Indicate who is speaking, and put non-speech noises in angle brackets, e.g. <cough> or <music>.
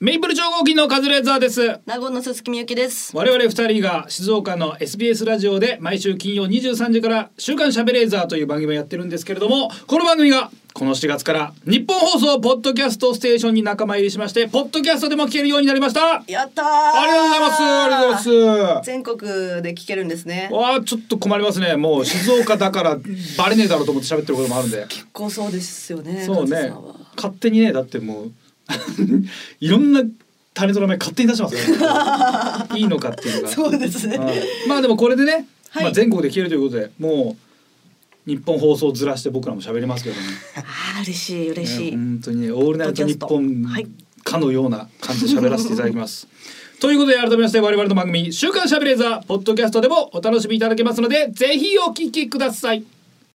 Speaker 1: メイプル超合金のカズレーザーです
Speaker 2: 名護の鈴木みゆきです。
Speaker 1: 我々二人が静岡の SBS ラジオで毎週金曜23時から「週刊しゃべレーザー」という番組をやってるんですけれどもこの番組がこの4月から日本放送ポッドキャストステーションに仲間入りしましてポッドキャストでも聞けるようになりましたあり
Speaker 2: やったー。
Speaker 1: がとうございますありがとうご
Speaker 2: い
Speaker 1: ざいます
Speaker 2: 全国で聞けるんですね。
Speaker 1: わあちょっと困りますねもう静岡だからバレねえだろうと思って喋ってることもあるんで
Speaker 2: 結構そうですよね。
Speaker 1: そう
Speaker 2: 勝地
Speaker 1: ね
Speaker 2: さんは
Speaker 1: 勝手にねだってもう <laughs> いろんなタレントの名前勝手に出してますねいいのかっていうのが
Speaker 2: そうですね。
Speaker 1: うんまあでもこれでね、
Speaker 2: はい
Speaker 1: まあ、全国で消えるということでもう日本放送ずらして僕らも喋りますけどね
Speaker 2: あー嬉しい嬉し
Speaker 1: ね
Speaker 2: い。
Speaker 1: 本当にね「オールナイトニッポン
Speaker 2: はい」
Speaker 1: かのような感じで喋らせていただき <laughs> ます。ということで改めまして我々の番組「週刊しゃべれーザー」ポッドキャストでもお楽しみいただけますのでぜひお聞きください。